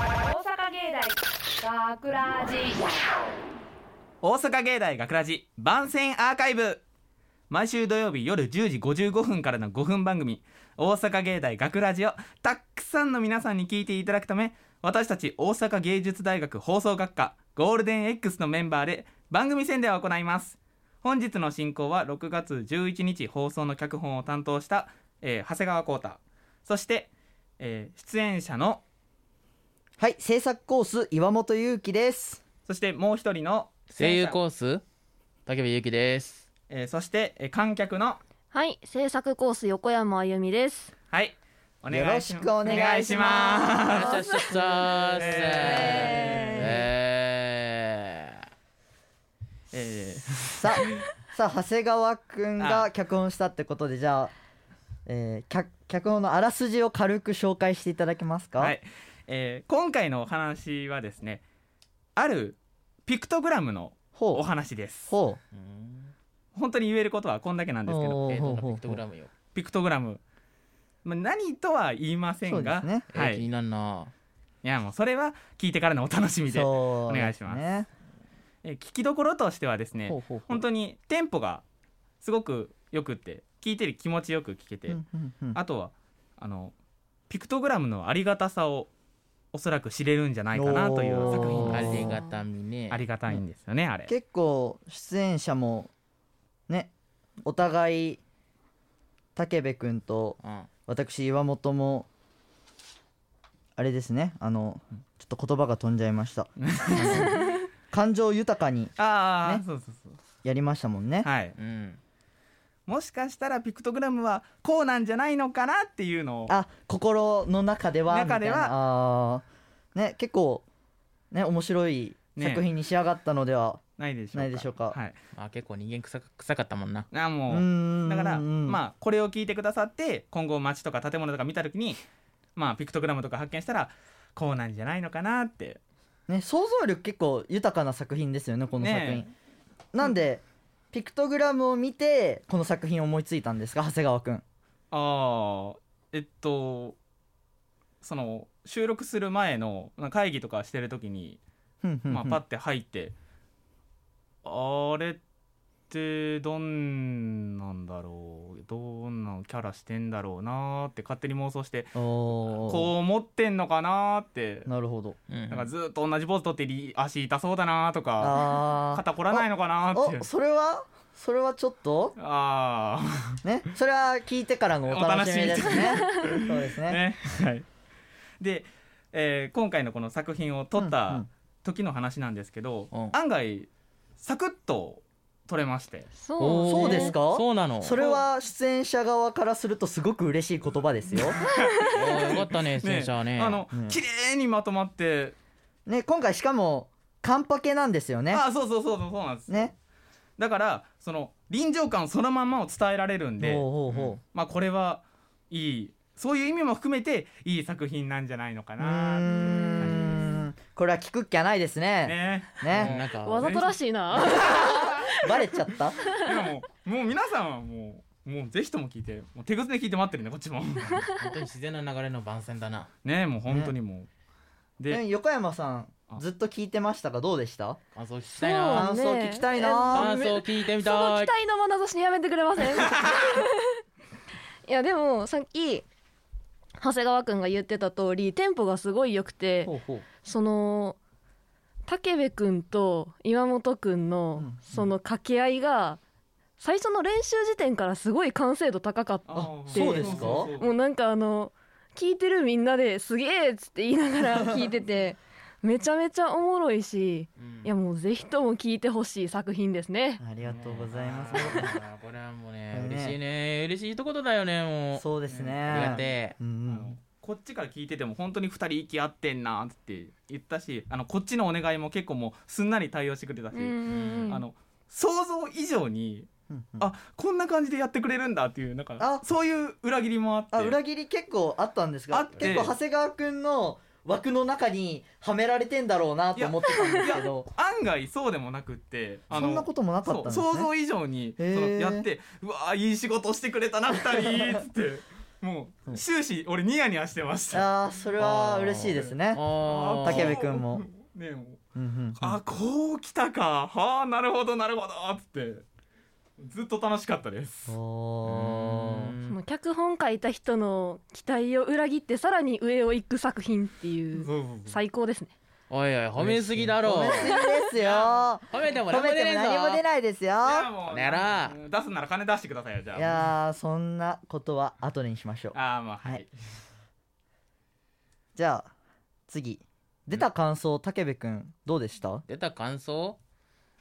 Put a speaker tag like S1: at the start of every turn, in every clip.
S1: 阪芸大学ラジ
S2: 大阪芸大学ラジ番宣アーカイブ毎週土曜日夜10時55分からの5分番組「大阪芸大学ラジをたくさんの皆さんに聞いていただくため私たち大阪芸術大学放送学科ゴールデン X のメンバーで番組宣伝を行います本日の進行は6月11日放送の脚本を担当した、えー長谷川浩太そして、えー出演者の
S3: はい制作コース岩本裕樹です
S2: そしてもう一人の
S4: 声優
S2: コ
S4: コース竹部ゆきです
S2: えーそして、えー観客の
S5: はい、制作コース横山あゆみです。
S2: はいお願いし
S3: よろしくお願いしま
S4: さささえ
S2: えー
S3: さあ さあ長谷川くんが脚本したってことでじゃあ、えー、脚脚本のあらすじを軽く紹介していただけますか、
S2: はいえー今回のお話はですねあるピクトグラムのお
S3: ほう
S2: 話です
S3: ほう
S2: 本当に言えることはこんだけなんですけど
S3: おー
S4: えー、どんな
S3: ほうほうほう
S4: ピクトグラムよ、
S2: ピクトグラム、まあ、何とは言いませ
S3: そうんで
S2: が、
S3: すね
S4: えー
S2: はい
S4: 気
S2: い
S4: になるな
S2: やもうそれは聞いてからのお楽しみで、
S3: そう
S2: お願いします
S3: ね
S2: えー聞きどころとしてはですね
S3: ほうほうほう
S2: 本当にテンポがすごくよくって聞いてる気持ちよく聞けて、
S3: うんうんうん
S2: あとはあのピクトグラムのありがたさをおそらく知れるんじゃないかなという作
S3: お
S2: 品
S4: あ
S2: です
S4: りがたみね
S2: ありがたいんですよねあれ
S3: 結構出演者もねお互い武部君と
S4: うん
S3: 私岩本もあれですねあのちょっと言葉が飛んじゃいました 感情豊かに
S2: ああ、
S3: ね
S2: そうそうそう
S3: やりましたもんね、
S2: はい
S4: うん
S2: もしかしたらピクトグラムはこうなんじゃないのかなっていうのを
S3: あ心の中では
S2: 中では
S3: みたいなあーね結構ね面白い
S2: ね
S3: 作品に仕上がったのでは、
S2: ないでしょうか
S3: ないでしょうか
S2: はい
S4: まあ結構人間臭か臭かったもんな
S2: あ
S3: う
S2: も
S3: ー
S2: うんだからま
S3: あ
S2: あこれを聞いてくださって今後街とか建物とか見た時にまあピクトグラムとか発見したらこうなんじゃないのかなって
S3: ね想像力結構豊かな作品ですよねこの作品、
S2: ね
S3: なんでピクトグラムを見てこの作品を思いついたんですか長谷川くん
S2: ああえっとその収録する前のまあ会議とかしてる時に、
S3: ふんふんふん
S2: まあ、パッて入ってあれってどんなんだろうどんなキャラしてんだろうなーって勝手に妄想して
S3: おー
S2: こう思ってんのかなーって
S3: なるほど
S4: うん
S2: なんかずっと同じポーズ取ってり足痛そうだなーとか
S3: あ
S2: 肩凝らないのかな
S3: あ
S2: ーって
S3: おそれはそれはちょっと
S2: あ
S3: ねそれは聞いてからのお楽しみですねそうです
S2: あ
S3: ね
S2: ねはいで、えー今回のこの作品を撮っ
S3: うんう
S2: た
S3: ん
S2: 時の話なんですけど、
S4: うん
S2: 案外サクッと撮れまして
S5: そう、
S3: そうですか
S4: そうなの
S3: それは出演者側からするとすごく嬉しい言葉で すよ。
S4: おーよかったね戦車はね
S2: あの、
S3: ね
S2: 綺麗にまとまって、
S3: ね今回しかもカンパケなんですよね。
S2: ああそうそうそうそうそうなんです、
S3: ね。
S2: だからその臨場感をそのまんまを伝えられるんで
S3: ほうほうほ
S2: まあこれはいいそういう意味も含めていい作品なんじゃないのか
S3: う。うー
S2: なっていう感じです
S3: ん。これは聞くっきゃないですね。
S2: ね
S3: ね。
S4: うんなんか
S5: わざとらしいな。
S3: バレちゃった。
S2: でももう皆さんはもうもうぜひとも聞いてもう手ぐすね聞いて待ってるねこっち も
S4: 本当に自然な流れの番宣だな
S2: ねもう本当にもう、 で
S3: ね横山さん
S2: あ
S3: ずっと聞いてましたがどうでした？
S4: 感想聞きたいな
S5: そ
S3: 感
S5: うね
S3: 想聞きたいな。
S4: 感想聞いてみ
S5: その
S4: たい
S5: 期待の眼差しやめてくれませんいやでもさっき長谷川くんが言ってた通りテンポがすごい良くて
S3: ほうほう。
S5: その武部くんと岩本くんの
S3: うんうん
S5: その掛け合いが最初の練習時点からすごい完成度高かった
S2: あー
S5: そうです
S3: か
S2: そうそうそ
S5: も
S2: う
S5: うなんかあの聞いてるみんなですげえっつって言いながら聞いててめちゃめちゃおもろいし
S4: うん
S5: いやもうぜひとも聞いてほしい作品ですね。
S3: ありがとうございます。
S4: あーこれはもうね
S3: これね
S4: 嬉しいね嬉しいところだよねもう
S3: そうですね
S4: ありがてえ
S3: うんう
S2: あの
S3: ん。
S2: こっちから聞いてても本当に二人息合ってんなって言ったしあのこっちのお願いも結構もうすんなり対応してくれたし、
S4: うん
S2: あの想像以上に
S3: うんうん
S2: あこんな感じでやってくれるんだっていうなんか
S3: あ
S2: そういう裏切りもあって
S3: あ裏切り結構あったんです
S2: あ
S3: が
S2: って
S3: 結構長谷川くんの枠の中にはめられてんだろうなと思ってたんですけど
S2: 案外そうでもなくってあ
S3: そんな
S2: の
S3: こともなかったん
S2: そう
S3: で
S2: 想
S3: すね
S2: 像以上にその
S3: へー
S2: やってうわーいい仕事してくれたな二人っつってもう終始俺ニヤニヤしてました
S3: ああそれは嬉しいですね
S4: あー
S3: 竹部君も
S2: ねもう
S3: うんうん
S2: あこう来たかはあなるほどなるほどっつってずっと楽しかったです
S3: おー
S5: もう脚本書いた人の期待を裏切ってさらに上を行く作品っていう
S2: そうそうそう
S5: 最高ですね
S4: おいおい褒めすぎだろ
S3: 褒めすぎですよ
S4: 褒めても
S3: 褒
S4: 何も
S3: め
S4: 出ね
S3: て
S4: え
S3: も
S4: ぞ
S3: 何も出ないですよ
S2: いやもう
S4: この野郎
S2: うん出すなら金出してくださいよじゃあ
S3: いやーそんなことは後にしましょう
S2: ああまあは
S3: はいいじゃあ次出た感想武部君どうでした
S4: 出た感想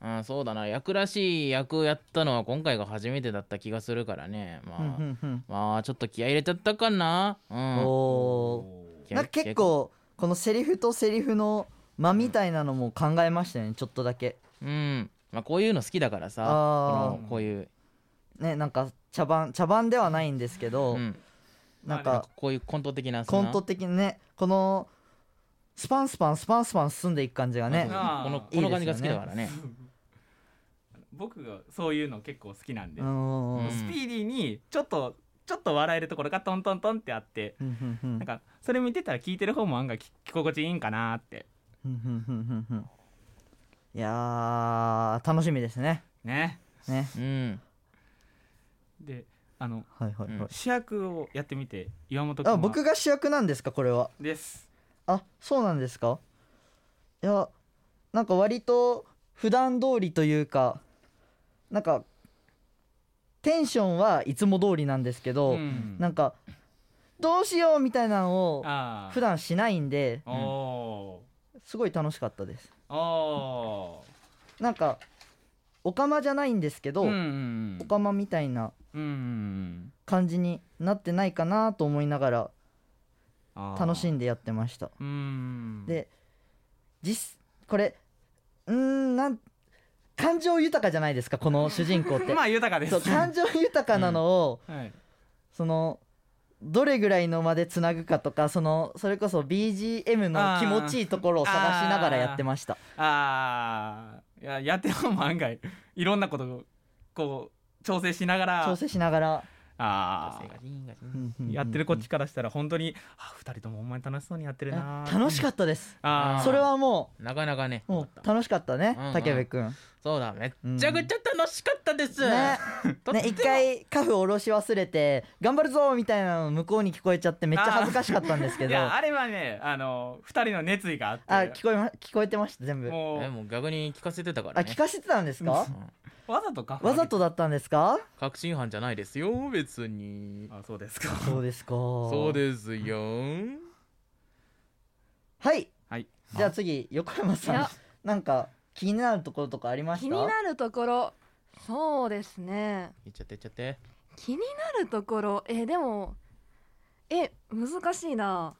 S4: うんそうだな役らしい役やったのは今回が初めてだった気がするからねまあ、
S3: うんうんうん
S4: まあちょっと気合い入れちゃったかなうん
S3: おー
S4: 気合
S3: なんか結構このセリフとセリフの間みたいなのも考えましたよねちょっとだけ
S4: うんまあこういうの好きだからさこ
S3: あー
S4: のこういう、
S3: ねなんか茶番茶番ではないんですけど、
S4: うん、
S3: なん
S2: まあ
S3: か
S4: こういうコント的な
S3: コント
S4: 的
S3: 的にねこのスパンスパンスパンスパン進んでいく感じがね
S2: あ
S4: このこの感じが好きだからね
S2: 僕がそういうの結構好きなんで、
S3: うんうんうん
S4: うん
S2: スピーディーにちょっとちょっと笑えるところがトントントンってあって
S3: ふんふんふん
S2: なんかそれ見てたら聞いてる方も案外き聞き心地いいんかなって
S3: ふんふんふんふんふんいやー楽しみですね
S2: ね
S3: ね
S4: うん
S2: であの
S3: はいはいはい、
S4: うん
S2: 主役をやってみて岩本君は
S3: あ僕が主役なんですかこれは
S2: です
S3: あそうなんですかいやなんか割と普段通りというかなんかテンションはいつも通りなんですけど、
S2: ん
S3: なんかどうしようみたいなのを
S2: あー
S3: 普段しないんで
S2: おお
S3: すごい楽しかったです
S2: ーお
S3: なんかオカマじゃないんですけ
S2: ー
S3: ど、
S2: うんうん
S3: オカマみたいな
S2: うんうん
S3: 感じになってないかなと思いながら楽し
S2: い
S3: んでやってました
S2: うん
S3: で実これうーんなん感情豊かじゃないですかこの主人公っ て、
S2: まあ豊かです
S3: そう感情豊かなのを、
S2: はい
S3: そのどれぐらいのまでつなぐかとかそのそれこそ BGM の気持ちいいところを探しながらやってました
S2: ああいややっても案外 いろんなことをこう調整しながら
S3: 調整しながら
S2: あーやってるこっちからしたら本当にあ2人ともほんまに楽しそうにやってるなー
S3: 楽しかったです
S2: あー
S3: それはも
S4: なかなかね
S3: うもう楽しかったね
S4: うんうん
S3: 武部君
S4: そうだめっちゃくちゃ楽しかったです、
S3: ね
S4: とって
S3: ね
S4: も
S3: 一回カフ下ろし忘れて頑張るぞみたいなの向こうに聞こえちゃってめっちゃ恥ずかしかったんですけ
S2: い
S3: ど
S2: や
S3: あ
S2: あれはねあの2人の熱意があって
S3: 聞こえま聞こえてました全部
S2: も
S4: え
S2: う
S4: もう逆に聞かせてたか
S3: あ
S4: らね
S3: 聞かせてたんですか
S4: うん
S2: わざとか
S3: わざとだったんですか
S4: 確信犯じゃないですよ別に
S2: あそうですか
S3: そうですか
S4: そうですよ
S3: はい
S2: はい
S3: じゃあ次横山
S5: い
S3: さん
S5: や
S3: なんか気になるところとかありました
S5: 気になるところそうですね
S4: 言っちゃって言っちゃって
S5: 気になるところえでもえ難しいな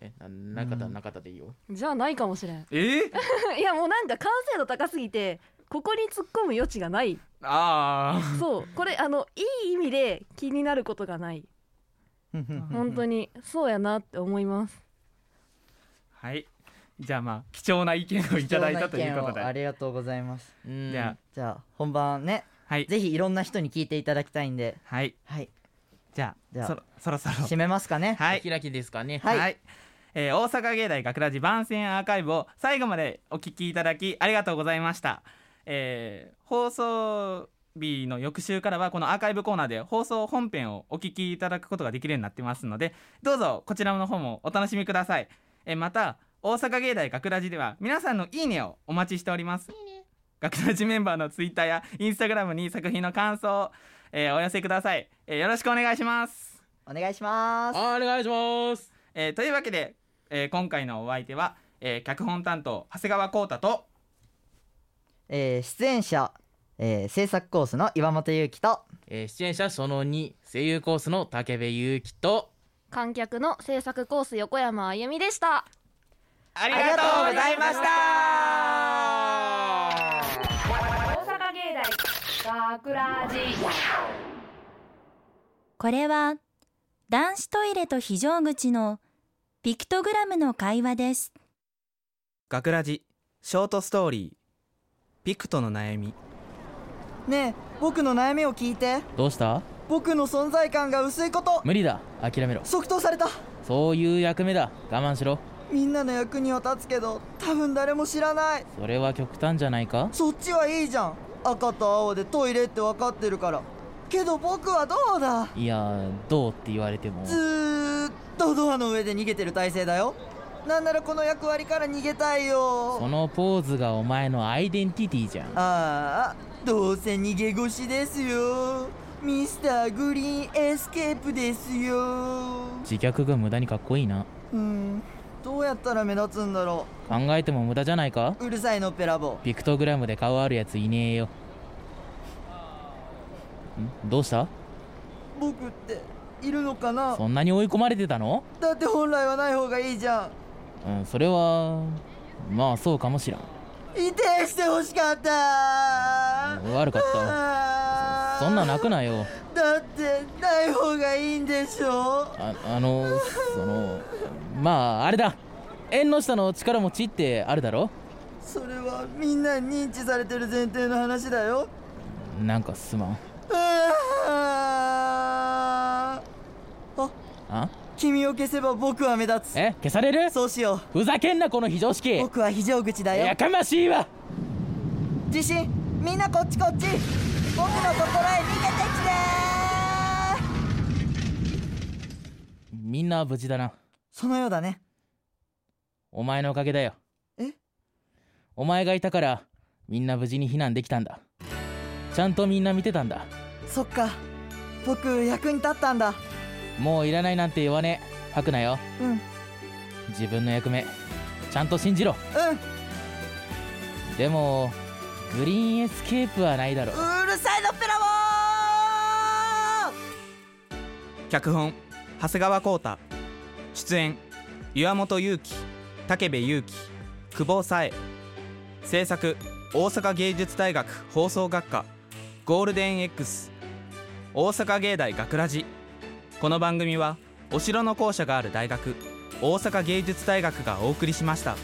S4: えななかったらなかったでいいよ、
S5: じゃあないかもしれん
S2: えー、
S5: いやもうなんか完成度高すぎてここに突っ込む余地がない
S2: ああ
S5: そうこれあのいい意味で気になることがない本当にそうやなって思います
S2: はいじゃあまあ貴重な意見をいただいたということ
S3: 貴重な意見をあ
S2: で
S3: りがとうございます
S4: うん
S2: じゃ
S3: じゃあ本番ね
S2: あはい
S3: ぜひいろんな人に聞いていただきたいんで
S2: はい
S3: はい
S2: じゃあ
S3: じゃあ
S2: そろそろそろ
S3: 締めますかね
S2: はい
S4: お開きですかね
S2: は、
S3: はいい
S2: えー大阪芸大学ラジ番宣アーカイブを最後までお聞きいただきありがとうございました、えー放送日の翌週からはこのアーカイブコーナーで放送本編をお聞きいただくことができるようになってますのでどうぞこちらの方もお楽しみください、えーまた大阪芸大学ラジでは皆さんのいいねをお待ちしております学ラジメンバーのツイッターやインスタグラムに作品の感想を、えーお寄せください、えーよろしくお願いします
S3: お願いします
S4: お願いします
S2: えーというわけで、えー今回のお相手は、えー脚本担当長谷川浩太と
S3: えー出演者、えー制作コースの岩本裕樹と
S4: えー出演者その2声優コースの武部勇樹と
S5: 観客の制作コース横山あゆみでした
S2: あり
S3: がとうございました
S1: 大阪芸大学ラジ
S6: これは男子トイレと非常口のピクトグラムの会話です。
S2: 学ラジショートストーリーピクトの悩み
S3: ねえ僕の悩みを聞いて
S4: どうした
S3: 僕の存在感が薄いこと
S4: 無理だ諦めろ
S3: 即答された
S4: そういう役目だ我慢しろ
S3: みんなの役には立つけど多分誰も知らない
S4: それは極端じゃないか
S3: そっちはいいじゃん赤と青でトイレって分かってるからけど僕はどうだ
S4: いやどうって言われても
S3: ずーっとドアの上で逃げてる体勢だよなんならこの役割から逃げたい
S4: そ
S3: よ
S4: のポーズがお前のアイデンティティじゃん
S3: ああどうせ逃げ腰ですよミスターグリーンエスケープですよ
S4: 自虐が無駄にかっこいいな
S3: うんどうやったら目立つんだろ
S4: 考えても無駄じゃないか
S3: ううるさいのペラボ
S4: ピクトグラムで顔あるやついねえよんどうした
S3: 僕っているのかな
S4: そんなに追い込まれてたの
S3: だって本来はない方がいいじゃん
S4: うんそれはまあそうかもしらん
S3: 移転してほしかった
S4: うん悪かった
S3: あー
S4: そんな泣くなよ
S3: だってない方がいいんでしょ
S4: ああのそのまああれだ縁の下の力持ちってあるだろ
S3: それはみんなに認知されてる前提の話だよ
S4: なんかすまん
S3: あーあ
S4: あ
S3: 君を消せば僕は目立
S4: え消される
S3: つそうしよ
S4: ふざけんなこの非常
S3: う
S4: 識
S3: 僕は非常口だよ
S4: やかましいわ
S3: 地震みんなこっちこっち僕のところへ逃げてきて
S4: みんな無事だな
S3: そのようだね
S4: お前のおかげだよ
S3: え
S4: お前がいたからみんな無事に避難できたんだちゃんとみんな見てたんだ
S3: そっか僕役に立ったんだ
S4: もういらないなんて言わねえ吐くなよ
S3: うんうん
S4: 自分の役目ちゃんと信じろ
S3: う
S4: でもグリーンエスケープはないだろ
S3: るさいのペラボー
S2: 脚本長谷川浩太出演岩本裕樹武部裕樹久保紗恵制作大阪芸術大学放送学科ゴールデン X 大阪芸大学ラジこの番組はお城の校舎がある大学大阪芸術大学がお送りしました。